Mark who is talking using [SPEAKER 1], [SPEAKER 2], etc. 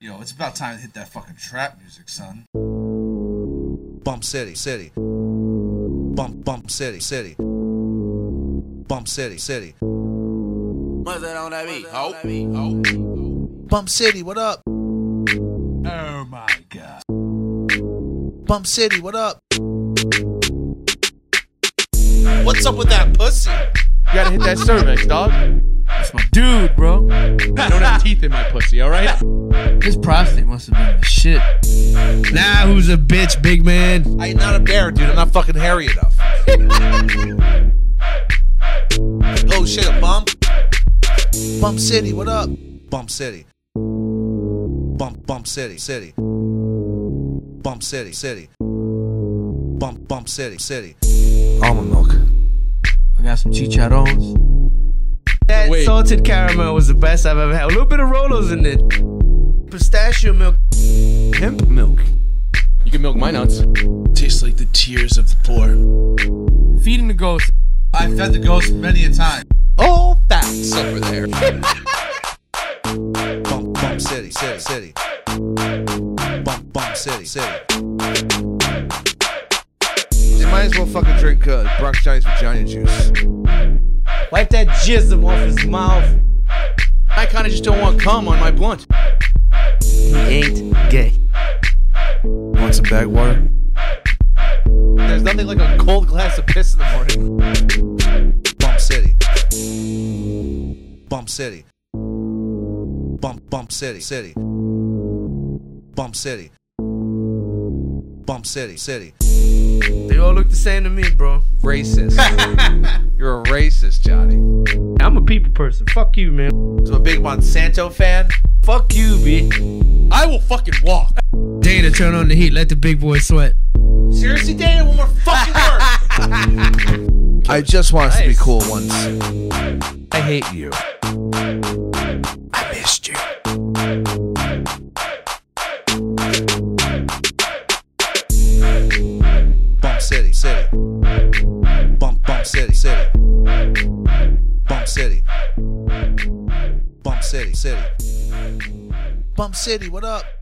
[SPEAKER 1] Yo, it's about time to hit that fucking trap music, son.
[SPEAKER 2] Bump City, City. Bump, Bump City, City. Bump City, City.
[SPEAKER 3] What's that on that beat? Oh.
[SPEAKER 2] Bump City, what up?
[SPEAKER 1] Oh my god.
[SPEAKER 2] Bump City, what up?
[SPEAKER 4] What's up with that pussy?
[SPEAKER 5] You gotta hit that cervix, dog.
[SPEAKER 1] That's my dude, bro.
[SPEAKER 5] I don't have teeth in my pussy, alright?
[SPEAKER 1] His prostate must have been the shit.
[SPEAKER 6] Nah, who's a bitch, big man?
[SPEAKER 4] I ain't not a bear, dude. I'm not fucking hairy enough.
[SPEAKER 2] Oh shit, a bump. Bump City, what up? Bump City. Bump, Bump City, City. Bump City, City. Bump, Bump City, City.
[SPEAKER 4] Almond milk.
[SPEAKER 1] I got some chicharrones.
[SPEAKER 6] That
[SPEAKER 5] Wait.
[SPEAKER 6] salted caramel was the best I've ever had. A little bit of Rolos in it. Pistachio milk.
[SPEAKER 4] Pimp milk.
[SPEAKER 5] You can milk my nuts.
[SPEAKER 7] Tastes like the tears of the poor.
[SPEAKER 1] Feeding the ghost. I fed the ghost many a time.
[SPEAKER 4] All facts over there.
[SPEAKER 2] Bump, Bump City, City, City. Bump, Bump City, City.
[SPEAKER 4] They might as well fucking drink uh, Bronx Giants vagina juice.
[SPEAKER 6] Wipe that jism off his mouth.
[SPEAKER 5] I kinda just don't want cum on my blunt.
[SPEAKER 6] He ain't gay.
[SPEAKER 4] Want some bag water?
[SPEAKER 5] There's nothing like a cold glass of piss in the morning.
[SPEAKER 2] Bump City. Bump City. Bump Bump City City. Bump City. Bump City City.
[SPEAKER 6] They all look the same to me, bro.
[SPEAKER 4] Racist. You're a racist, Johnny.
[SPEAKER 6] I'm a people person. Fuck you, man.
[SPEAKER 4] So a big Monsanto fan.
[SPEAKER 6] Fuck you, B.
[SPEAKER 5] I will fucking walk.
[SPEAKER 6] Dana, turn on the heat. Let the big boy sweat.
[SPEAKER 4] Seriously, Dana, one more fucking word. I just want us to be
[SPEAKER 6] Nice.
[SPEAKER 4] cool once. I hate you. I missed you.
[SPEAKER 2] Bump City City. Bump Bump City City. Bump City. Bump City City. Bump City, what up?